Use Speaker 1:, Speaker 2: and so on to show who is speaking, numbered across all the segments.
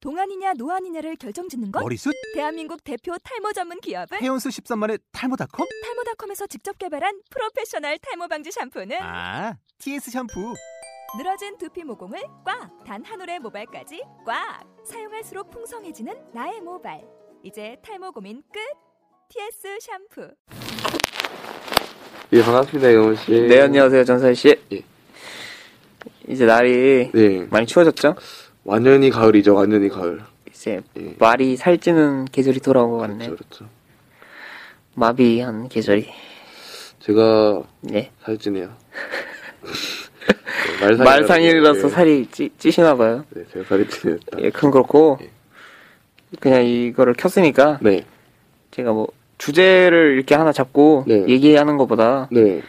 Speaker 1: 동안이냐 노안이냐를 결정짓는 건
Speaker 2: 머리숱?
Speaker 1: 대한민국 대표 탈모 전문 기업은
Speaker 2: 헤어스 13만의 탈모닷컴?
Speaker 1: 탈모닷컴에서 직접 개발한 프로페셔널 탈모 방지 샴푸는
Speaker 2: 아, TS 샴푸.
Speaker 1: 늘어진 두피 모공을 꽉 단 한 올의 모발까지 꽉 사용할수록 풍성해지는 나의 모발 이제 탈모 고민 끝 TS 샴푸
Speaker 3: 예, 반갑습니다, 영훈 씨.
Speaker 4: 네 안녕하세요 전사희 씨.
Speaker 3: 예.
Speaker 4: 이제 날이
Speaker 3: 네,
Speaker 4: 많이 추워졌죠?
Speaker 3: 완연히 가을이죠, 완연히 가을.
Speaker 4: 이제
Speaker 3: 예.
Speaker 4: 말이 살찌는 계절이 돌아온 것 같네.
Speaker 3: 그렇죠, 그렇죠.
Speaker 4: 마비한 계절이.
Speaker 3: 제가
Speaker 4: 예.
Speaker 3: 살찌네요.
Speaker 4: 말상일이라서
Speaker 3: 네,
Speaker 4: 살이 찌, 찌시나 봐요.
Speaker 3: 네, 제가 살이 찌네요.
Speaker 4: 예, 그건 그렇고 그냥 이거를 켰으니까
Speaker 3: 네,
Speaker 4: 제가 뭐 주제를 이렇게 하나 잡고
Speaker 3: 네.
Speaker 4: 얘기하는 것보다
Speaker 3: 네,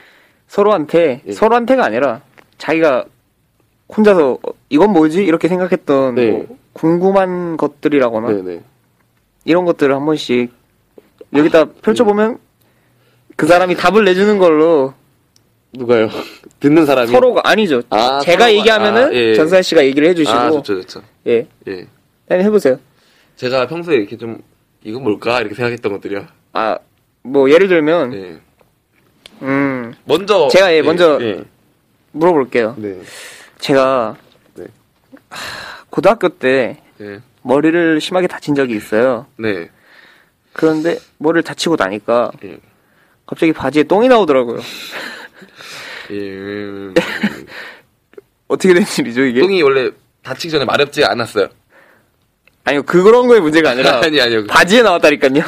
Speaker 4: 서로한테
Speaker 3: 예.
Speaker 4: 서로한테가 아니라 자기가 혼자서 어, 이건 뭐지 이렇게 생각했던
Speaker 3: 네.
Speaker 4: 뭐 궁금한 것들이라거나
Speaker 3: 네, 네.
Speaker 4: 이런 것들을 한 번씩 여기다 펼쳐보면 그 사람이 답을 내주는 걸로
Speaker 3: 누가요? 듣는 사람이?
Speaker 4: 서로가 아니죠.
Speaker 3: 아,
Speaker 4: 제가
Speaker 3: 서로가-
Speaker 4: 얘기하면은
Speaker 3: 아, 예.
Speaker 4: 전사 씨가 얘기를 해주시고
Speaker 3: 아, 좋죠, 좋죠.
Speaker 4: 예,
Speaker 3: 예.
Speaker 4: 그냥 해보세요.
Speaker 3: 제가 평소에 이렇게 좀, 이건 뭘까? 이렇게 생각했던 것들이요.
Speaker 4: 아 뭐 예를 들면
Speaker 3: 네.
Speaker 4: 음
Speaker 3: 먼저.
Speaker 4: 제가, 예, 먼저-
Speaker 3: 예.
Speaker 4: 물어볼게요.
Speaker 3: 네.
Speaker 4: 제가
Speaker 3: 네.
Speaker 4: 하, 고등학교 때
Speaker 3: 네.
Speaker 4: 머리를 심하게 다친 적이 있어요.
Speaker 3: 네.
Speaker 4: 그런데 머리를 다치고 나니까
Speaker 3: 예.
Speaker 4: 갑자기 바지에 똥이 나오더라고요.
Speaker 3: 예.
Speaker 4: 어떻게 된 일이죠 이게?
Speaker 3: 똥이 원래 다치기 전에 마렵지 않았어요.
Speaker 4: 아니요 그런 거의 문제가 아니라
Speaker 3: 아니, 아니요.
Speaker 4: 바지에 나왔다니까요.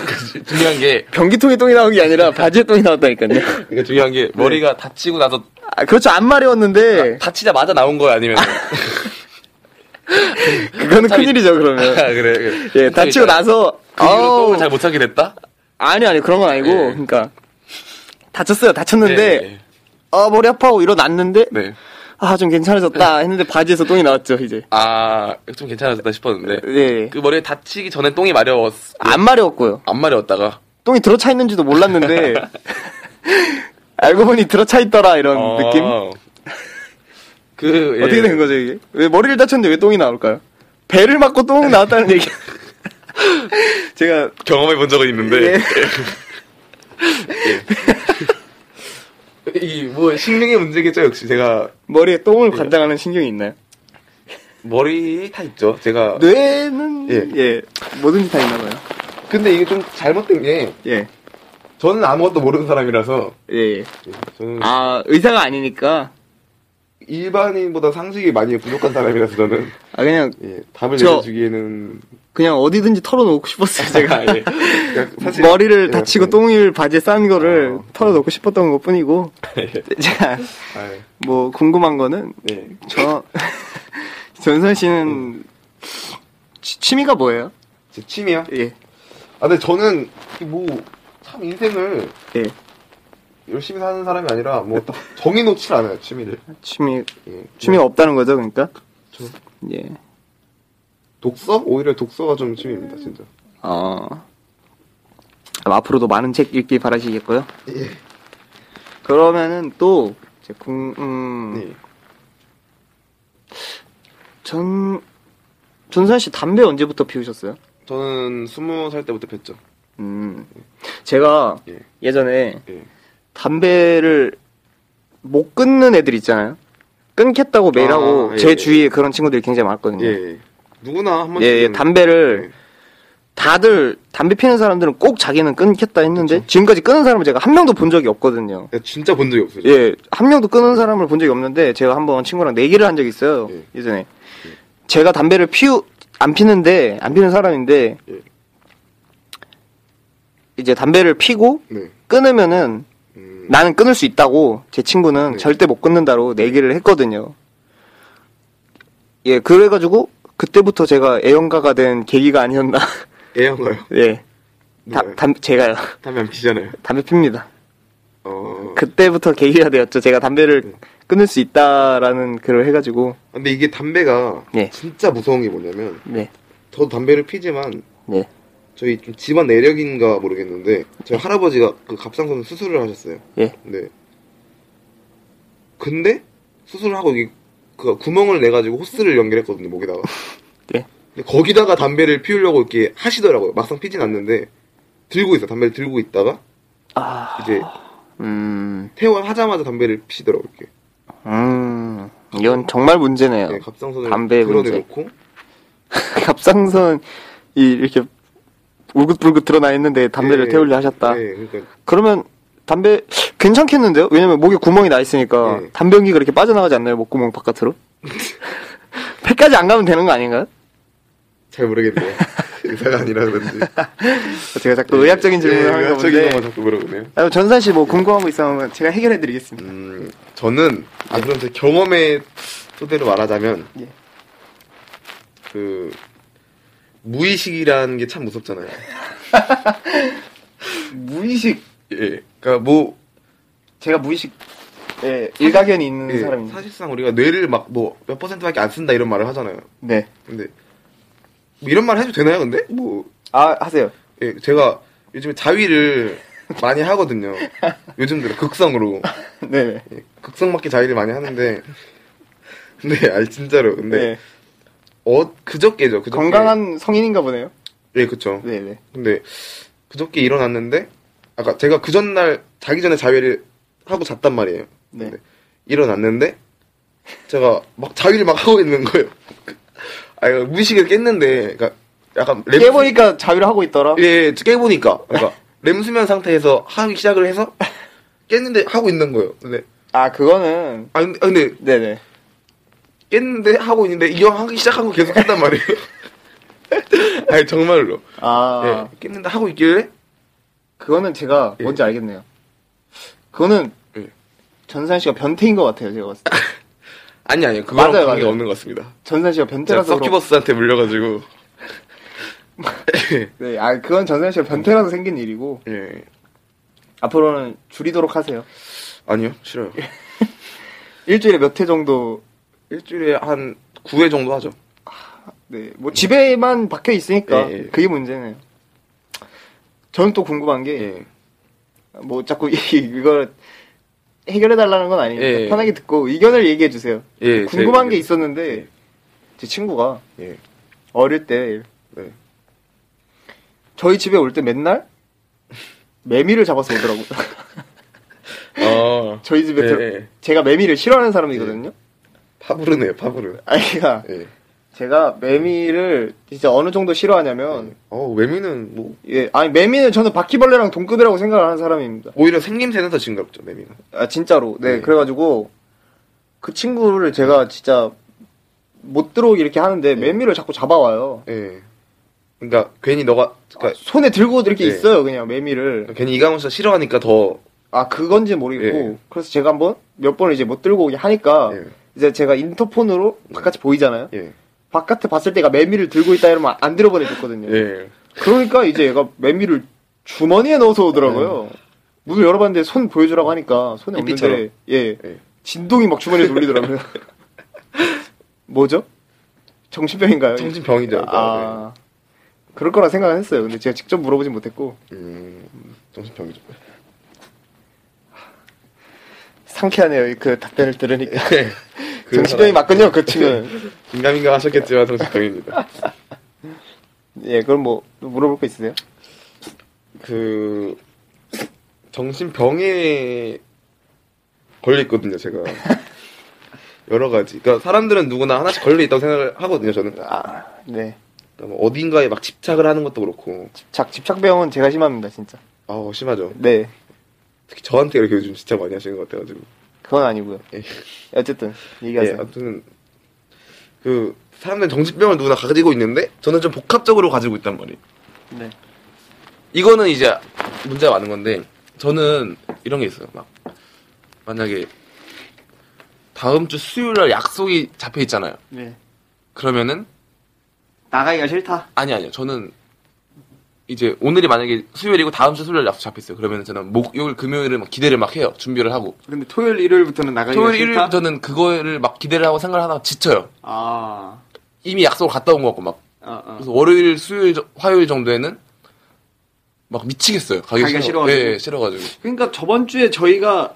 Speaker 3: 중요한 게,
Speaker 4: 변기통에 똥이 나온 게 아니라 바지에 똥이 나왔다니까요.
Speaker 3: 그러니까 중요한
Speaker 4: 네.
Speaker 3: 게, 머리가 다치고 나서
Speaker 4: 아, 그렇죠. 안 마려웠는데,
Speaker 3: 다치자마자 나온 거야 아니면
Speaker 4: 그거는
Speaker 3: 참이-
Speaker 4: 큰일이죠, 그러면.
Speaker 3: 아, 그래, 그래
Speaker 4: 예, 다치고 나서,
Speaker 3: 그 이후로
Speaker 4: 아우,
Speaker 3: 똥을 잘못 찾게 됐다
Speaker 4: 아니, 아니, 그런 건 아니고,
Speaker 3: 예.
Speaker 4: 그러니까, 다쳤어요, 다쳤는데,
Speaker 3: 예, 예.
Speaker 4: 아, 머리 아파하고 일어났는데,
Speaker 3: 네.
Speaker 4: 아, 좀 괜찮아졌다 했는데, 바지에서 똥이 나왔죠, 이제.
Speaker 3: 아좀 괜찮아졌다 싶었는데
Speaker 4: 예.
Speaker 3: 그 머리에 다치기 전에 똥이 마려웠
Speaker 4: 안 마려웠고요.
Speaker 3: 안 마려웠다가
Speaker 4: 똥이 들어차 있는지도 몰랐는데, 알고 보니 들어차 있더라, 이런 느낌?
Speaker 3: 그 아, 예.
Speaker 4: 어떻게 된 거죠, 이게? 왜 머리를 다쳤는데 왜 똥이 나올까요? 배를 맞고 똥 나왔다는 얘기. 제가
Speaker 3: 경험해 본 적은 있는데 예.
Speaker 4: 예.
Speaker 3: 이 뭐 신경의 문제겠죠 역시 제가
Speaker 4: 머리에 똥을
Speaker 3: 예.
Speaker 4: 관장하는 신경이 있나요?
Speaker 3: 머리 다 있죠
Speaker 4: 네.
Speaker 3: 제가
Speaker 4: 뇌는
Speaker 3: 예.
Speaker 4: 예, 뭐든지 다 있나 봐요.
Speaker 3: 근데 이게 좀 잘못된 게
Speaker 4: 예.
Speaker 3: 저는 아무것도 모르는 사람이라서
Speaker 4: 예. 예.
Speaker 3: 예, 저는
Speaker 4: 아, 의사가 아니니까
Speaker 3: 일반인보다 상식이 많이 부족한 사람이라서 저는
Speaker 4: 아 그냥
Speaker 3: 예, 답을
Speaker 4: 저-
Speaker 3: 내려주기에는
Speaker 4: 그냥 어디든지 털어놓고 싶었어요, 제가.
Speaker 3: 예. 그러니까 사실-
Speaker 4: 머리를
Speaker 3: 예,
Speaker 4: 다치고
Speaker 3: 예.
Speaker 4: 똥을 바지에 싼 거를
Speaker 3: 아, 예.
Speaker 4: 털어놓고 싶었던 것뿐이고 제가
Speaker 3: 아, 예.
Speaker 4: 뭐 궁금한 거는
Speaker 3: 예.
Speaker 4: 저 전선 씨는
Speaker 3: 음.
Speaker 4: 취- 취미가 뭐예요?
Speaker 3: 제 취미요?
Speaker 4: 예.
Speaker 3: 아 근데 저는 뭐 참 인생을
Speaker 4: 예.
Speaker 3: 열심히 사는 사람이 아니라 뭐 딱 정해 놓질 않아요 취미를.
Speaker 4: 취미
Speaker 3: 예.
Speaker 4: 취미가 없다는 거죠, 그러니까?
Speaker 3: 저-
Speaker 4: 예.
Speaker 3: 독서? 오히려 독서가 좀 취미입니다 진짜.
Speaker 4: 어, 그럼 앞으로도 많은 책 읽길 바라시겠고요.
Speaker 3: 예.
Speaker 4: 그러면은 또, 이제 궁, 음,
Speaker 3: 예.
Speaker 4: 전, 전선 씨 담배 언제부터 피우셨어요?
Speaker 3: 저는 스무 살 때부터 폈죠.
Speaker 4: 음, 제가
Speaker 3: 예.
Speaker 4: 예전에
Speaker 3: 예.
Speaker 4: 담배를 못 끊는 애들 있잖아요. 끊겠다고 메일하고
Speaker 3: 아, 예,
Speaker 4: 제
Speaker 3: 예.
Speaker 4: 주위에 그런 친구들이 굉장히 많았거든요.
Speaker 3: 예. 예. 누구나 한 번씩.
Speaker 4: 음. 예, 예, 담배를 다들 담배 피는 사람들은 꼭 자기는 끊겠다 했는데 지금까지 끊은 사람을 제가 한 명도 본 적이 없거든요.
Speaker 3: 예, 진짜 본 적이 없어요.
Speaker 4: 예, 한 명도 끊은 사람을 본 적이 없는데 제가 한번 친구랑 내기를 한 적이 있어요.
Speaker 3: 예.
Speaker 4: 예전에 제가 담배를 피우 안 피는데 안 피는 사람인데
Speaker 3: 예.
Speaker 4: 이제 담배를 피고
Speaker 3: 네.
Speaker 4: 끊으면은
Speaker 3: 음,
Speaker 4: 나는 끊을 수 있다고 제 친구는
Speaker 3: 네.
Speaker 4: 절대 못 끊는다로 내기를 했거든요. 예, 그래가지고 그때부터 제가 애연가가 된 계기가 아니었나.
Speaker 3: 애한 거요.
Speaker 4: 예, 다,
Speaker 3: 누가요?
Speaker 4: 담- 제가요
Speaker 3: 담배 안 피잖아요.
Speaker 4: 담배 핍니다.
Speaker 3: 어.
Speaker 4: 그때부터 계기가 되었죠. 제가 담배를 끊을 수 있다라는 글을 해가지고
Speaker 3: 아, 근데 이게 담배가
Speaker 4: 예.
Speaker 3: 진짜 무서운 게 뭐냐면
Speaker 4: 네,
Speaker 3: 저도 담배를 피지만
Speaker 4: 네,
Speaker 3: 저희 좀 집안 내력인가 모르겠는데 저희 할아버지가 그 갑상선 수술을 하셨어요.
Speaker 4: 예,
Speaker 3: 네. 근데 수술을 하고 이게 그 구멍을 내 가지고 호스를 연결했거든요 목에다가.
Speaker 4: 예.
Speaker 3: 근데 거기다가 담배를 피우려고 이렇게 하시더라고요. 막상 피진 않는데 들고 있어. 담배를 들고 있다가
Speaker 4: 아,
Speaker 3: 이제
Speaker 4: 음,
Speaker 3: 퇴원하자마자 담배를 피시더라고요. 이렇게.
Speaker 4: 음, 이건 정말 문제네요.
Speaker 3: 네, 갑상선을
Speaker 4: 어. 담배의 문제.
Speaker 3: 드러내놓고
Speaker 4: 갑상선이 이렇게 울긋불긋 드러나 있는데 담배를
Speaker 3: 예,
Speaker 4: 태우려 하셨다.
Speaker 3: 네, 그러니까
Speaker 4: 그러면 담배 괜찮겠는데요? 왜냐면 목에 구멍이 나 있으니까
Speaker 3: 예.
Speaker 4: 담배 연기가 이렇게 빠져나가지 않나요? 목구멍 바깥으로? 폐까지 안 가면 되는 거 아닌가요?
Speaker 3: 잘 모르겠네요. 의사가 아니라 그런지. 예,
Speaker 4: 제가 자꾸 네, 의학적인 질문을 하는 거
Speaker 3: 의학적인 것만
Speaker 4: 건데
Speaker 3: 자꾸 물어보네요.
Speaker 4: 아, 전산 씨 뭐 궁금한 거 있으면 제가 해결해 드리겠습니다.
Speaker 3: 음, 저는 아 그럼 제 경험의 토대로 말하자면
Speaker 4: 예.
Speaker 3: 그 무의식이라는 게 참 무섭잖아요.
Speaker 4: 무의식
Speaker 3: 예, 그러니까 뭐
Speaker 4: 제가 무의식 예, 일가견이 있는
Speaker 3: 예,
Speaker 4: 사람입니다.
Speaker 3: 사실상 우리가 뇌를 막 뭐 몇 퍼센트밖에 안 쓴다 이런 말을 하잖아요.
Speaker 4: 네.
Speaker 3: 근데 뭐 이런 말 해도 되나요? 근데 뭐
Speaker 4: 아, 하세요.
Speaker 3: 예, 제가 요즘에 자위를 많이 하거든요. 요즘 들어 극성으로
Speaker 4: 네. 네.
Speaker 3: 예, 극성맞게 자위를 많이 하는데 근데 아 진짜로 근데
Speaker 4: 네.
Speaker 3: 어 그저께죠. 그저께.
Speaker 4: 건강한 성인인가 보네요.
Speaker 3: 예, 그쵸.
Speaker 4: 네, 네.
Speaker 3: 근데 그저께 일어났는데 아까 제가 그 전날 자기 전에 자위를 하고 잤단 말이에요.
Speaker 4: 네.
Speaker 3: 근데 일어났는데 제가 막 자위를 막 하고 있는 거예요. 아 이거 무의식을 깼는데 그러니까 약간 렘-
Speaker 4: 깨보니까 자위를 하고 있더라.
Speaker 3: 예, 예, 깨보니까 그러니까 렘수면 상태에서 하기 시작을 해서 깼는데 하고 있는 거예요. 근데
Speaker 4: 아, 그거는
Speaker 3: 아 근데, 아, 근데
Speaker 4: 네, 네.
Speaker 3: 깼는데 하고 있는데 이거 하기 시작한 거 계속 했단 말이에요. 아니 정말로.
Speaker 4: 아,
Speaker 3: 예, 깼는데 하고 있길래
Speaker 4: 그거는 제가
Speaker 3: 예.
Speaker 4: 뭔지 알겠네요. 그거는
Speaker 3: 예.
Speaker 4: 전산 씨가 변태인 것 같아요, 제가 봤을 때.
Speaker 3: 아니 아니요 그거랑
Speaker 4: 맞아요,
Speaker 3: 관계가
Speaker 4: 맞아요.
Speaker 3: 없는 것 같습니다.
Speaker 4: 전산 씨가
Speaker 3: 제가
Speaker 4: 변태라서 그런-
Speaker 3: 서큐버스한테 물려가지고
Speaker 4: 네, 아, 그건 전산 씨가 변태라서 생긴 일이고
Speaker 3: 예
Speaker 4: 앞으로는 줄이도록 하세요.
Speaker 3: 아니요 싫어요
Speaker 4: 일주일에 몇 회 정도
Speaker 3: 일주일에 한 9회 정도 하죠
Speaker 4: 네, 뭐 집에만 박혀 있으니까
Speaker 3: 예, 예.
Speaker 4: 그게 문제네요. 저는 또 궁금한 게 뭐
Speaker 3: 예
Speaker 4: 자꾸 이- 이걸 해결해 달라는 건 아니니까
Speaker 3: 예, 예.
Speaker 4: 편하게 듣고 의견을 얘기해 주세요.
Speaker 3: 예,
Speaker 4: 궁금한
Speaker 3: 제
Speaker 4: 게
Speaker 3: 의견.
Speaker 4: 있었는데
Speaker 3: 예.
Speaker 4: 제 친구가
Speaker 3: 예.
Speaker 4: 어릴 때
Speaker 3: 네.
Speaker 4: 저희 집에 올 때 맨날 매미를 잡아서 오더라고요.
Speaker 3: 아
Speaker 4: 저희 집에
Speaker 3: 예,
Speaker 4: 들어-
Speaker 3: 예.
Speaker 4: 제가 매미를 싫어하는 사람이거든요.
Speaker 3: 파브르네요 파브르
Speaker 4: 아니, 그러니까
Speaker 3: 예.
Speaker 4: 제가 매미를 진짜 어느 정도 싫어하냐면
Speaker 3: 어 외미는 뭐
Speaker 4: 예, 아니 매미는 저는 바퀴벌레랑 동급이라고 생각을 하는 사람입니다.
Speaker 3: 오히려 생김새는 더 징그럽죠 외미는
Speaker 4: 아 진짜로 네
Speaker 3: 네.
Speaker 4: 그래가지고 그 친구를 제가 진짜 못 들어오게 이렇게
Speaker 3: 네.
Speaker 4: 하는데 매미를 자꾸 잡아와요 아,
Speaker 3: 예 그러니까 괜히 너가 그러니까
Speaker 4: 손에 들고 이렇게
Speaker 3: 네.
Speaker 4: 있어요 그냥 매미를
Speaker 3: 괜히 이강훈 씨가 싫어하니까 더
Speaker 4: 아 그건지 모르겠고
Speaker 3: 예.
Speaker 4: 그래서 제가 한번 몇 번을 이제 못 들고 오게 하니까
Speaker 3: 예.
Speaker 4: 이제 제가 인터폰으로 바깥이 보이잖아요
Speaker 3: 예.
Speaker 4: 바깥에 봤을 때가 매미를 들고 있다 이러면 안 들어보내줬거든요
Speaker 3: 예.
Speaker 4: 그러니까 이제 얘가 매미를 주머니에 넣어서 오더라고요 문을 열어봤는데 손 보여주라고 하니까 손에 없는데
Speaker 3: 네. 이삐처럼.
Speaker 4: 예
Speaker 3: 예.
Speaker 4: 진동이 막 주머니에 돌리더라고요. 뭐죠? 정신병인가요?
Speaker 3: 정신병이죠. 그러니까.
Speaker 4: 아, 그럴 거라 생각을 했어요. 근데 제가 직접 물어보진 못했고
Speaker 3: 네. 음, 정신병이죠.
Speaker 4: 그 상쾌하네요. 이그 답변을 들으니까
Speaker 3: 그
Speaker 4: 정신병이
Speaker 3: 사람-
Speaker 4: 맞군요. 그 치면
Speaker 3: 긴가민가 하셨겠지만 정신병입니다.
Speaker 4: 예, 그럼 뭐또 물어볼 거 있으세요?
Speaker 3: 그 정신병에 걸려 있거든요, 제가. 여러 가지. 그러니까 사람들은 누구나 하나씩 걸려 있다고 생각을 하거든요, 저는.
Speaker 4: 아, 네.
Speaker 3: 그러니까 뭐 어딘가에 막 집착을 하는 것도 그렇고.
Speaker 4: 집착 집착병은 제가 심합니다, 진짜.
Speaker 3: 아우, 어, 심하죠.
Speaker 4: 네,
Speaker 3: 특히 저한테 이렇게 요즘 진짜 많이 하시는 것 같아가지고.
Speaker 4: 그건 아니고요.
Speaker 3: 예.
Speaker 4: 어쨌든
Speaker 3: 예,
Speaker 4: 얘기하세요.
Speaker 3: 아무튼 그 사람들은 정신병을 누구나 가지고 있는데 저는 좀 복합적으로 가지고 있단 말이에요.
Speaker 4: 네.
Speaker 3: 이거는 이제 문제가 많은 건데 저는 이런 게 있어요. 막 만약에 다음 주 수요일 날 약속이 잡혀 있잖아요.
Speaker 4: 네.
Speaker 3: 그러면은
Speaker 4: 나가기가 싫다.
Speaker 3: 아니 아니요. 저는 이제 오늘이 만약에 수요일이고 다음 주 수요일 날 약속 잡혔어요. 그러면 저는 목요일 금요일을 막 기대를 막 해요. 준비를 하고
Speaker 4: 근데 토요일 일요일부터는 나가기가
Speaker 3: 토요일 일요일부터는 그거를 막 기대를 하고 생각을 하다가 지쳐요.
Speaker 4: 아,
Speaker 3: 이미 약속을 갔다 온 것 같고 막
Speaker 4: 어, 어.
Speaker 3: 그래서 월요일, 수요일, 저- 화요일 정도에는 막 미치겠어요. 가기
Speaker 5: 가기가
Speaker 3: 싫어,
Speaker 5: 싫어가지고.
Speaker 3: 예, 예, 싫어가지고. 네.
Speaker 5: 그러니까 저번 주에 저희가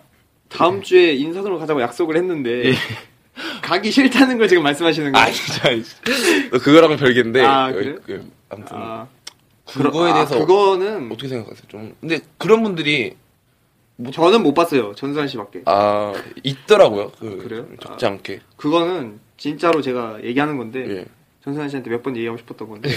Speaker 5: 다음 주에 인사동으로 가자고 약속을 했는데
Speaker 4: 가기 싫다는 걸 지금 말씀하시는 거예요?
Speaker 3: 예. 아 진짜 그거랑 은 별개인데
Speaker 4: 아, 그래?
Speaker 3: 그, 아무튼
Speaker 4: 아,
Speaker 3: 그거에
Speaker 4: 아,
Speaker 3: 대해서
Speaker 4: 그거는
Speaker 3: 어떻게 생각하세요? 좀 근데 그런 분들이
Speaker 4: 저는 못 봤어요. 전수환 씨밖에.
Speaker 3: 아 있더라고요. 그,
Speaker 4: 그래요?
Speaker 3: 좀 적지
Speaker 4: 아. 네.
Speaker 3: 않게
Speaker 4: 그거는 진짜로 제가 얘기하는 건데
Speaker 3: 예.
Speaker 4: 전수환 씨한테 몇 번 얘기하고 싶었던 건데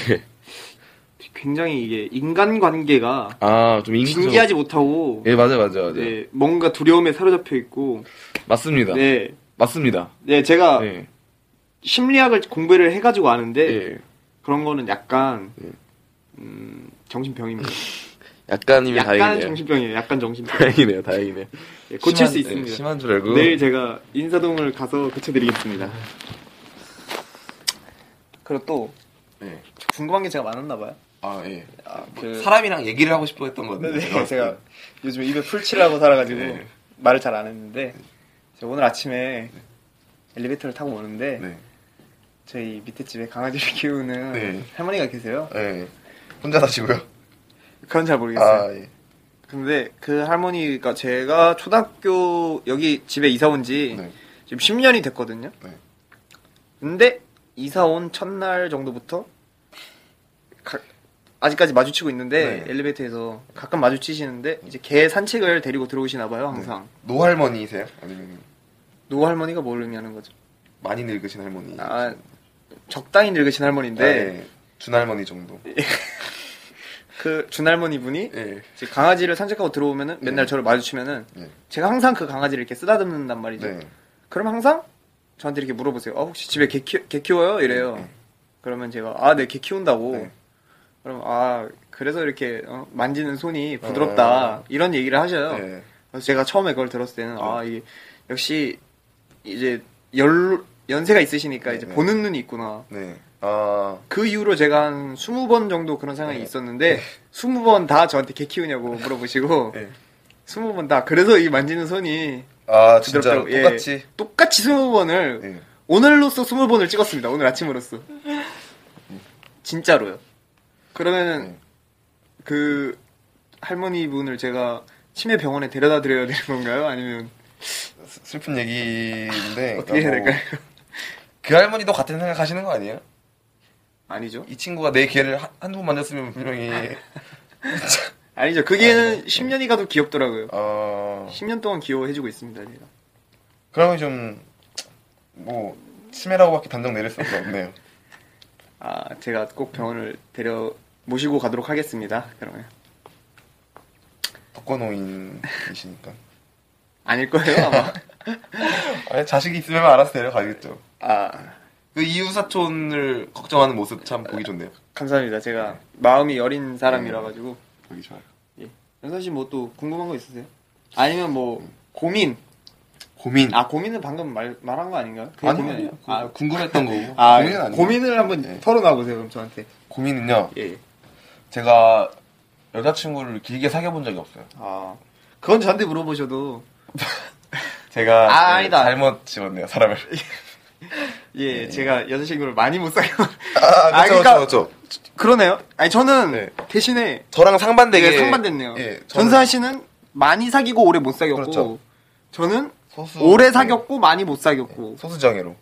Speaker 4: 굉장히 이게 인간관계가
Speaker 3: 아좀 인기하지
Speaker 4: 진지하지 못하고
Speaker 3: 예 맞아 요 맞아 요 맞아 요
Speaker 4: 네, 뭔가 두려움에 사로잡혀 있고
Speaker 3: 맞습니다
Speaker 4: 네,
Speaker 3: 맞습니다
Speaker 4: 네 제가
Speaker 3: 예.
Speaker 4: 심리학을 공부를 해가지고 아는데
Speaker 3: 예.
Speaker 4: 그런 거는 약간
Speaker 3: 예.
Speaker 4: 음, 정신병입니다.
Speaker 3: 약간이면
Speaker 4: 약간
Speaker 3: 다행이네요
Speaker 4: 정신병이에요. 약간 정신병.
Speaker 3: 다행이네요 다행이네요
Speaker 4: 예, 고칠
Speaker 3: 심한-
Speaker 4: 수 있습니다.
Speaker 3: 예, 심한 줄 알고
Speaker 4: 내일 제가 인사동을 가서 고쳐드리겠습니다. 그리고 또
Speaker 3: 네.
Speaker 4: 궁금한 게 제가 많았나 봐요.
Speaker 3: 아, 예.
Speaker 4: 아,
Speaker 3: 뭐
Speaker 4: 그-
Speaker 3: 사람이랑 얘기를 하고 싶어 했던 건데
Speaker 4: 네, 제가 요즘 입에 풀칠하고 살아가지고
Speaker 3: 네.
Speaker 4: 말을 잘 안 했는데 제가 오늘 아침에 엘리베이터를 타고 오는데
Speaker 3: 네.
Speaker 4: 저희 밑에 집에 강아지를 키우는
Speaker 3: 네.
Speaker 4: 할머니가 계세요.
Speaker 3: 예. 혼자 사시고요
Speaker 4: 그건 잘 모르겠어요.
Speaker 3: 아 예.
Speaker 4: 근데 그 할머니가 제가 초등학교 여기 집에 이사 온지
Speaker 3: 네.
Speaker 4: 지금 10년이 됐거든요.
Speaker 3: 네.
Speaker 4: 근데 이사 온 첫날 정도부터 가- 아직까지 마주치고 있는데
Speaker 3: 네.
Speaker 4: 엘리베이터에서 가끔 마주치시는데 이제 개 산책을 데리고 들어오시나 봐요
Speaker 3: 네.
Speaker 4: 항상.
Speaker 3: 노할머니세요? 아니면
Speaker 4: 노 할머니가 뭘 의미하는 거죠?
Speaker 3: 많이 늙으신 할머니? 예.
Speaker 4: 아 네. 적당히 늙으신 할머니인데
Speaker 3: 아, 네. 준할머니 정도.
Speaker 4: 네. 그 준할머니 분이
Speaker 3: 예.
Speaker 4: 이제 강아지를 산책하고 들어오면은 맨날 저를 마주치면은
Speaker 3: 네.
Speaker 4: 제가 항상 그 강아지를 이렇게 쓰다듬는단 말이죠.
Speaker 3: 네.
Speaker 4: 그럼 항상 저한테 이렇게 물어보세요. 어, 혹시 집에 개, 키, 개 키워요? 이래요.
Speaker 3: 네.
Speaker 4: 그러면 제가 아, 네, 개 키운다고.
Speaker 3: 네.
Speaker 4: 그럼 아, 그래서 이렇게 어, 만지는 손이 부드럽다.
Speaker 3: 어.
Speaker 4: 이런 얘기를 하셔요.
Speaker 3: 예.
Speaker 4: 그래서 제가 처음에 그걸 들었을 때는
Speaker 3: 네.
Speaker 4: 아, 이게 역시 이제 연 연세가 있으시니까
Speaker 3: 네,
Speaker 4: 이제
Speaker 3: 네.
Speaker 4: 보는 눈이 있구나.
Speaker 3: 네. 아.
Speaker 4: 그 이후로 제가 한 20번 정도 그런 상황이
Speaker 3: 네.
Speaker 4: 있었는데 20번 다 저한테 개 키우냐고 물어보시고
Speaker 3: 네.
Speaker 4: 20번 다 그래서 이 만지는 손이
Speaker 3: 아, 진짜로
Speaker 4: 부드럽다고 예.
Speaker 3: 똑같이.
Speaker 4: 똑같이 20번을
Speaker 3: 예.
Speaker 4: 오늘로써 20번을 찍었습니다. 오늘 아침으로써. 진짜로요. 그러면은
Speaker 3: 네.
Speaker 4: 그 할머니 분을 제가 치매 병원에 데려다 드려야 되는 건가요? 아니면
Speaker 3: 슬- 슬픈 얘기인데.
Speaker 4: 어떻게
Speaker 3: 그러니까
Speaker 4: 해야
Speaker 3: 뭐,
Speaker 4: 될까요?
Speaker 3: 그 할머니도 같은 생각 하시는 거 아니에요? 뭐.
Speaker 4: 아니죠.
Speaker 3: 이 친구가 내 개를 한, 한두 번 만졌으면 분명히.
Speaker 4: 아니죠.
Speaker 3: 네.
Speaker 4: 그게는 10년이 가도 귀엽더라고요.
Speaker 3: 어.
Speaker 4: 10년 동안 귀여워해주고 있습니다. 제가.
Speaker 3: 그러면 좀. 뭐. 치매라고밖에 단정 내릴 수가 없네요.
Speaker 4: 아 제가 꼭 병원을 데려 모시고 가도록 하겠습니다. 그러면
Speaker 3: 독거노인이시니까.
Speaker 4: 아닐 거예요 아마.
Speaker 3: 아니, 자식이 있으면 알아서 데려가겠죠.
Speaker 4: 아
Speaker 3: 그 이웃사촌을 걱정하는 모습 참 보기 좋네요.
Speaker 4: 감사합니다. 제가 마음이 여린 사람이라 가지고
Speaker 3: 보기 좋아요.
Speaker 4: 연선 씨뭐 또 궁금한 거 있으세요? 아니면 뭐 고민
Speaker 3: 고민.
Speaker 4: 아 고민은 방금 말, 말한 거 아닌가요? 그게
Speaker 3: 아니,
Speaker 4: 고민 아니에요?
Speaker 3: 아, 궁금했던 거고.
Speaker 4: 아,
Speaker 3: 고민은 네. 아니고.
Speaker 4: 고민을 한번 털어놔 보세요 그럼 저한테
Speaker 3: 고민은요.
Speaker 4: 예.
Speaker 3: 제가 여자친구를 길게 사귀어 본 적이 없어요.
Speaker 4: 아 그건 저한테 물어보셔도
Speaker 3: 제가
Speaker 4: 아,
Speaker 3: 네,
Speaker 4: 아니다.
Speaker 3: 잘못 집었네요, 사람을.
Speaker 4: 예 제가 여자친구를 많이 못 사귀어
Speaker 3: 네. 아,
Speaker 4: 그쵸,
Speaker 3: 그렇죠,
Speaker 4: 그쵸,
Speaker 3: 그렇죠.
Speaker 4: 그러네요 아니 저는
Speaker 3: 네.
Speaker 4: 대신에
Speaker 3: 저랑 상반되게
Speaker 4: 되게 상반됐네요
Speaker 3: 예, 저는
Speaker 4: 전수환 씨는 많이 사귀고 오래 못 사귀었고
Speaker 3: 그렇죠.
Speaker 4: 저는
Speaker 3: 소수
Speaker 4: 오래 사귀었고 많이 못 사귀었고
Speaker 3: 소수 정예로.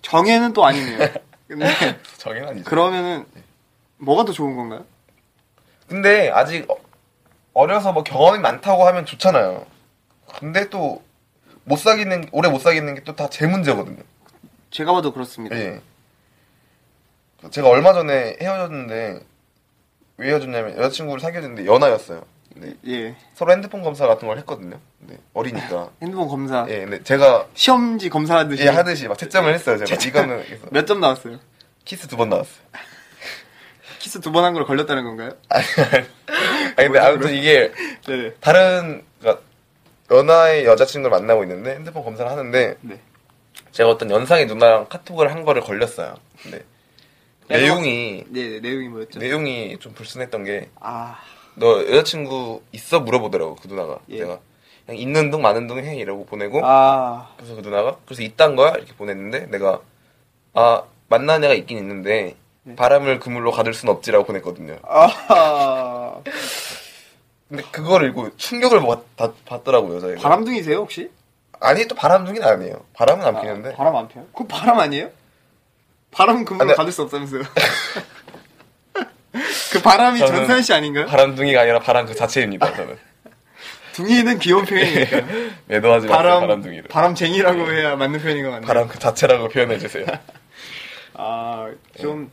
Speaker 4: 정해는 또 아니네요 근데
Speaker 3: 정예는 아니죠.
Speaker 4: 그러면은 뭐가 더 좋은 건가요?
Speaker 3: 근데 아직 어- 어려서 뭐 경험이 많다고 하면 좋잖아요. 근데 또 못 사귀는 오래 못 사귀는 게 또 다 제 문제거든요.
Speaker 4: 제가 봐도 그렇습니다
Speaker 3: 예. 제가 얼마 전에 헤어졌는데 왜 헤어졌냐면 여자친구를 사귀었는데 연하였어요. 네.
Speaker 4: 예
Speaker 3: 서로 핸드폰 검사 같은 걸 했거든요. 네. 어리니까.
Speaker 4: 핸드폰 검사
Speaker 3: 예, 근데 제가
Speaker 4: 시험지 검사하듯이
Speaker 3: 예 하듯이 막 채점을 했어요. 제가 이거는 그래서
Speaker 4: 몇 점 나왔어요?
Speaker 3: 키스 두 번 나왔어요.
Speaker 4: 키스 두 번 한 걸로 걸렸다는 건가요?
Speaker 3: 아니, 근데 아무튼 이게
Speaker 4: 네네.
Speaker 3: 다른 그러니까 연하의 여자친구를 만나고 있는데 핸드폰 검사를 하는데
Speaker 4: 네.
Speaker 3: 제가 어떤 연상의 누나랑 카톡을 한 거를 걸렸어요. 근데 내용이
Speaker 4: 네, 내용이 뭐였죠?
Speaker 3: 내용이 좀 불순했던 게
Speaker 4: 아,
Speaker 3: 너 여자친구 있어 물어보더라고 그 누나가
Speaker 4: 예.
Speaker 3: 제가 그냥 있는 둥 많은 둥 해 이러고 보내고
Speaker 4: 아,
Speaker 3: 그래서 그 누나가 그래서 있단 거야 이렇게 보냈는데 내가 아 만나는 애가 있긴 있는데
Speaker 4: 네.
Speaker 3: 바람을 그물로 가둘 순 없지라고 보냈거든요
Speaker 4: 아,
Speaker 3: 근데 그걸 읽고 충격을 받, 받, 받더라고요 여자애가
Speaker 4: 바람둥이세요 혹시?
Speaker 3: 아니 또 바람둥이는 아니에요. 바람은 안 피는데.
Speaker 4: 바람 안 펴요? 그거 바람 아니에요? 바람 금방
Speaker 3: 아니요.
Speaker 4: 가질 수 없다면서요? 그 바람이
Speaker 6: 저는-
Speaker 4: 전서현 씨 아닌가요?
Speaker 6: 바람둥이가 아니라 바람 그 자체입니다. 저는
Speaker 4: 둥이는 귀여운 표현이니까
Speaker 6: 매도하지 마세요.
Speaker 4: 바람
Speaker 6: 바람둥이를
Speaker 4: 바람쟁이라고 해야 맞는 표현인 것 같네요.
Speaker 6: 바람 그 자체라고 표현해 주세요.
Speaker 4: 아, 아좀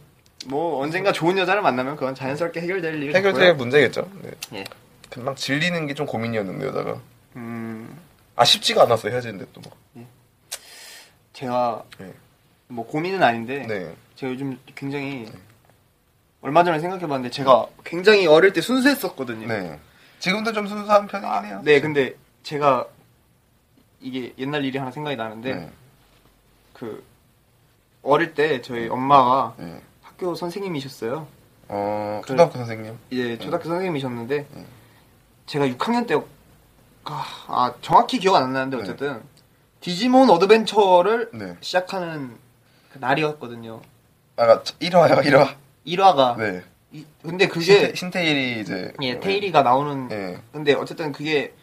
Speaker 4: 뭐 언젠가 좋은 여자를 만나면 그건 자연스럽게 해결될 일
Speaker 3: 해결될 문제겠죠. 네.
Speaker 4: 예.
Speaker 3: 금방 질리는 게 좀 고민이었는데 여자가
Speaker 4: 음
Speaker 3: 아쉽지가 않았어 헤어지는데 또 막.
Speaker 4: 제가
Speaker 3: 예.
Speaker 4: 뭐 고민은 아닌데
Speaker 3: 네.
Speaker 4: 제가 요즘 굉장히 얼마 전에 생각해봤는데 제가 굉장히 어릴 때 순수했었거든요.
Speaker 3: 네. 지금도 좀 순수한 편이긴 해요.
Speaker 4: 네, 근데 제가 이게 옛날 일이 하나 생각이 나는데
Speaker 3: 네.
Speaker 4: 그 어릴 때 저희 엄마가
Speaker 3: 네.
Speaker 4: 학교 선생님이셨어요. 그-
Speaker 3: 어 초등학교 선생님.
Speaker 4: 이제 초등학교 선생님이셨는데
Speaker 3: 네.
Speaker 4: 제가 6학년 때 아, 아, 정확히 기억 안 나는데 어쨌든 디지몬 어드벤처를
Speaker 3: 네.
Speaker 4: 시작하는 그 날이었거든요.
Speaker 3: 아까 1화요 1화.
Speaker 4: 1화가
Speaker 3: 네.
Speaker 4: 아, 이- 근데
Speaker 3: 신태, 네.
Speaker 4: 그게
Speaker 3: 신태일이 이제.
Speaker 4: 예, 테일이가 나오는
Speaker 3: 예.
Speaker 4: 근데 어쨌든 그게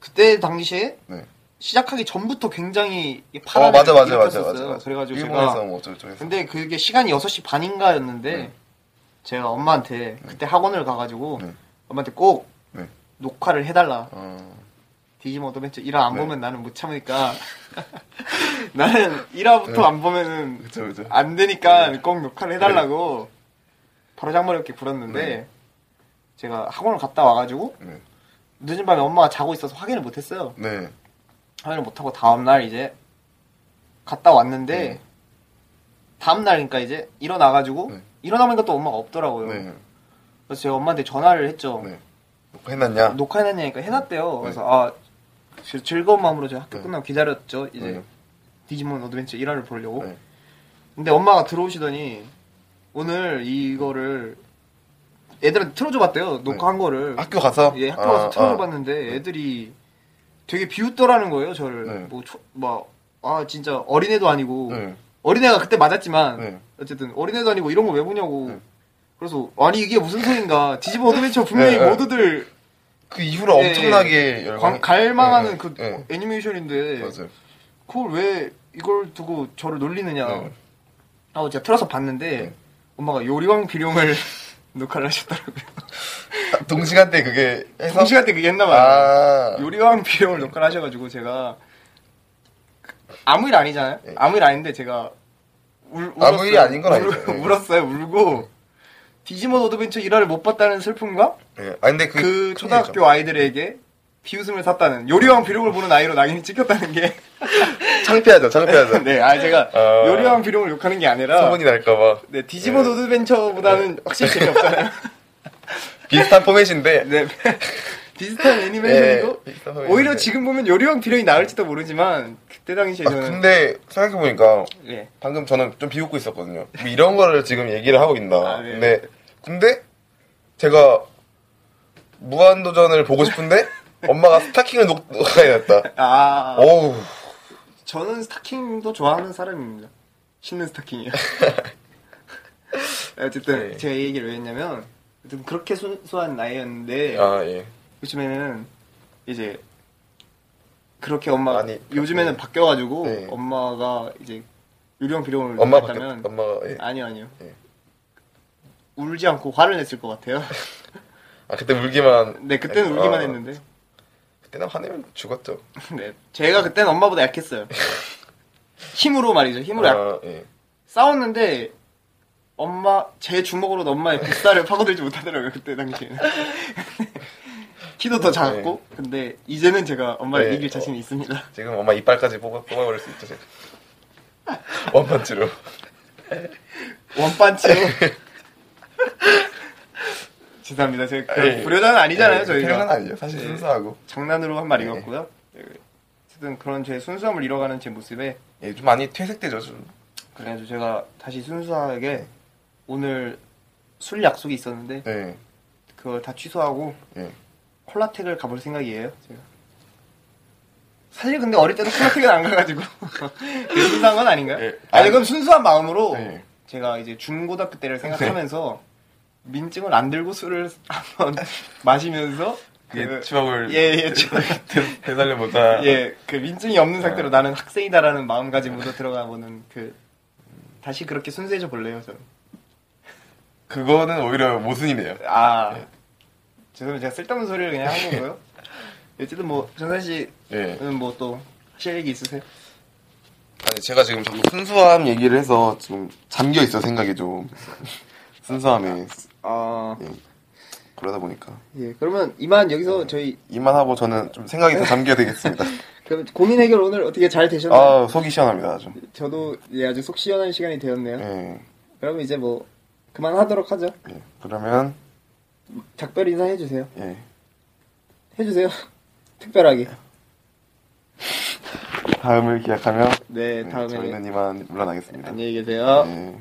Speaker 4: 그때 당시에
Speaker 3: 네.
Speaker 4: 시작하기 전부터 굉장히 파란을
Speaker 3: 어 맞아 맞아 맞아 맞아.
Speaker 4: 일으켰었어요.
Speaker 3: 맞아.
Speaker 4: 그래가지고
Speaker 3: 일본에서
Speaker 4: 제가
Speaker 3: 뭐 어쩌고 저쩌고 해서.
Speaker 4: 근데 그게 시간이 6시 반인가였는데
Speaker 3: 네.
Speaker 4: 제가 엄마한테 그때 학원을 가가지고
Speaker 3: 네.
Speaker 4: 엄마한테 꼭
Speaker 3: 네.
Speaker 4: 녹화를 해달라
Speaker 3: 어.
Speaker 4: 디지몬 어드벤처 1화 안
Speaker 3: 네.
Speaker 4: 보면 나는 못 참으니까 나는 1화부터
Speaker 3: 네.
Speaker 4: 안 보면은
Speaker 3: 그쵸 그쵸.
Speaker 4: 안 되니까 꼭 녹화를 해달라고 바로 장머리 이렇게 불었는데
Speaker 3: 네.
Speaker 4: 제가 학원을 갔다 와가지고
Speaker 3: 네.
Speaker 4: 늦은 밤에 엄마가 자고 있어서 확인을 못했어요.
Speaker 3: 네.
Speaker 4: 확인을 못하고 다음날 이제 갔다 왔는데
Speaker 3: 네.
Speaker 4: 다음날 그러니까 이제 일어나가지고
Speaker 3: 네.
Speaker 4: 일어나보니까 또 엄마가 없더라고요.
Speaker 3: 네.
Speaker 4: 그래서 제가 엄마한테 전화를 했죠.
Speaker 3: 네. 해놨냐?
Speaker 4: 녹화해놨냐니까 해놨대요. 그래서 아 지- 즐거운 마음으로 제가 학교
Speaker 3: 네.
Speaker 4: 끝나고 기다렸죠. 이제
Speaker 3: 네.
Speaker 4: 디지몬 어드벤처 1화를 보려고.
Speaker 3: 네.
Speaker 4: 근데 엄마가 들어오시더니 오늘 이거를 애들한테 틀어줘봤대요. 녹화한 거를.
Speaker 3: 학교 가서?
Speaker 4: 예, 학교 가서
Speaker 3: 네. 아,
Speaker 4: 틀어줘봤는데 애들이 되게 비웃더라는 거예요. 저를.
Speaker 3: 네.
Speaker 4: 뭐, 초, 뭐, 아 진짜 어린애도 아니고
Speaker 3: 아. 네.
Speaker 4: 어린애가 그때 맞았지만
Speaker 3: 네.
Speaker 4: 어쨌든 어린애도 아니고 이런 거 왜 보냐고.
Speaker 3: 네.
Speaker 4: 그래서 아니 이게 무슨 소린가 디지몬 어드벤처 분명히
Speaker 3: 네, 네.
Speaker 4: 모두들
Speaker 3: 그 이후로
Speaker 4: 예,
Speaker 3: 엄청나게
Speaker 4: 광-
Speaker 3: 열광.
Speaker 4: 갈망하는
Speaker 3: 네,
Speaker 4: 그 예.
Speaker 3: 네.
Speaker 4: 애니메이션인데
Speaker 3: 맞아요.
Speaker 4: 그걸 왜 이걸 두고 저를 놀리느냐
Speaker 3: 네.
Speaker 4: 하고 제가 틀어서 봤는데
Speaker 3: 네.
Speaker 4: 엄마가 요리왕 비룡을 녹화를 하셨더라고요
Speaker 3: 딱 아, 동시간대 그게 해서.
Speaker 4: 동시간 때 그게 했나 봐요
Speaker 3: 아.
Speaker 4: 요리왕 비룡을 녹화를 하셔가지고 제가 그, 아무 일 아니잖아요
Speaker 3: 네.
Speaker 4: 아무 일 아닌데 제가 울, 울었어요.
Speaker 3: 아무 일이 아닌 건
Speaker 4: 울-
Speaker 3: 아니죠. 네.
Speaker 4: 울었어요 울고 디지몬 어드벤처 1화를 못 봤다는 슬픔과
Speaker 3: 예. 아 근데
Speaker 4: 그,
Speaker 3: 그게 큰일이죠.
Speaker 4: 초등학교 아이들에게 비웃음을 샀다는 요리왕 비룡을 보는 아이로 낙인이 찍혔다는 게
Speaker 3: 창피하죠. 창피하죠.
Speaker 4: 네, 아 제가
Speaker 3: 아.
Speaker 4: 요리왕 비룡을 욕하는 게 아니라
Speaker 3: 소문이 날까봐
Speaker 4: 네 디지몬
Speaker 3: 네.
Speaker 4: 어드벤처보다는
Speaker 3: 예.
Speaker 4: 확실히 재미없잖아요.
Speaker 3: 비슷한 포맷인데
Speaker 4: 네 비슷한 애니메이션이고
Speaker 3: 네, 예. 비슷한 포맷인데.
Speaker 4: 오히려 지금 보면 요리왕 비룡이 나을지도 모르지만 그때 당시에
Speaker 3: 아,
Speaker 4: 저는
Speaker 3: 근데 생각해 보니까
Speaker 4: 예.
Speaker 3: 방금 저는 좀 비웃고 있었거든요. 뭐 이런 거를 지금 얘기를 하고 있나.
Speaker 4: 아, 네.
Speaker 3: 근데 근데 제가 무한도전을 보고 싶은데 엄마가 스타킹을 녹화해놨다.
Speaker 4: 아
Speaker 3: 어우
Speaker 4: 저는 스타킹도 좋아하는 사람입니다. 신는 스타킹이요. 어쨌든
Speaker 3: 네.
Speaker 4: 제가 이 얘기를 왜 했냐면 어쨌든 그렇게 순수한 나이였는데
Speaker 3: 아 예.
Speaker 4: 요즘에는 이제 그렇게 엄마가
Speaker 3: 많이
Speaker 4: 요즘에는 바뀌어가지고
Speaker 3: 네.
Speaker 4: 엄마가 이제 유령 비룡을
Speaker 3: 엄마 밖에
Speaker 4: 했다면
Speaker 3: 엄마가 예.
Speaker 4: 아니요 아니요
Speaker 3: 예.
Speaker 4: 울지 않고 화를 냈을 것 같아요.
Speaker 3: 아 그때 울기만
Speaker 4: 네 그때는
Speaker 3: 아,
Speaker 4: 울기만 했는데
Speaker 3: 그때는 화내면 죽었죠.
Speaker 4: 네 제가 그때는 엄마보다 약했어요. 힘으로 말이죠 힘으로 약-
Speaker 3: 아, 예.
Speaker 4: 싸웠는데 엄마 제 주먹으로도 엄마의 뱃살을 파고들지 못하더라고요 그때 당시에는 키도 더 작았고 근데 이제는 제가 엄마를
Speaker 3: 네,
Speaker 4: 이길 자신이
Speaker 3: 어.
Speaker 4: 있습니다.
Speaker 3: 지금 엄마 이빨까지 뽑아 뽑아버릴 수 있죠. 제가. 원펀치로. 어.
Speaker 4: 원반치로 죄송합니다. 제가 그런
Speaker 3: 예.
Speaker 4: 불효자는 아니잖아요,
Speaker 3: 예,
Speaker 4: 저희가. 네.
Speaker 3: 태어난 아니죠. 사실 순수하고. 네.
Speaker 4: 장난으로 한 말이었고요. 네. 어쨌든 그런 제 순수함을 잃어가는 제 모습에
Speaker 3: 예, 좀 많이 퇴색되죠, 좀.
Speaker 4: 그래가지고 제가 다시 순수하게 오늘 술 약속이 있었는데
Speaker 3: 네.
Speaker 4: 그걸 다 취소하고
Speaker 3: 예.
Speaker 4: 콜라텍을 가볼 생각이에요. 제가. 사실 근데 어릴 때는 콜라텍은 안 가가지고 그게 순수한 건 아닌가요?
Speaker 3: 예.
Speaker 4: 아니 그럼 순수한 마음으로
Speaker 3: 예.
Speaker 4: 제가 이제 중고등학교
Speaker 3: 네.
Speaker 4: 때를 생각하면서 민증을 안 들고 술을 한번 마시면서
Speaker 3: 그게 그
Speaker 4: 그-
Speaker 3: 치마골
Speaker 4: 예, 예, 치마-
Speaker 3: 되살려보자.
Speaker 4: 예, 그 민증이
Speaker 3: 아.
Speaker 4: 없는 상태로 나는 학생이다라는 마음가짐으로 들어가 보는 그 다시 그렇게 순수해져 볼래요, 저는.
Speaker 3: 그거는 오히려 모순이네요.
Speaker 4: 아,
Speaker 3: 예.
Speaker 4: 죄송해요. 제가 쓸데없는 소리를 그냥 한 거고요. 어쨌든 뭐 전선 씨는
Speaker 3: 예.
Speaker 4: 뭐 또 하실 얘기 있으세요?
Speaker 3: 아니 제가 지금 자꾸 순수함 얘기를 해서 지금 잠겨 있어 생각이 좀 순수함에 어,
Speaker 4: 아,
Speaker 3: 그러다 보니까
Speaker 4: 예. 그러면 이만
Speaker 3: 어.
Speaker 4: 여기서 저희
Speaker 3: 이만 하고 저는 좀 생각이 더 잠겨야 되겠습니다.
Speaker 4: 그럼 고민 해결 오늘 어떻게 잘 되셨나요?
Speaker 3: 아 속이 시원합니다 아주.
Speaker 4: 저도 예, 아주 속 시원한 시간이 되었네요.
Speaker 3: 예.
Speaker 4: 그럼 이제 뭐 그만하도록 하죠.
Speaker 3: 예. 그러면
Speaker 4: 작별 인사 해주세요.
Speaker 3: 예.
Speaker 4: 해주세요. 특별하게.
Speaker 3: 다음을 기약하며
Speaker 4: 네,
Speaker 3: 예,
Speaker 4: 다음에
Speaker 3: 네, 저희는 이만 물러나겠습니다.
Speaker 4: 네, 안녕히 계세요.
Speaker 3: 예.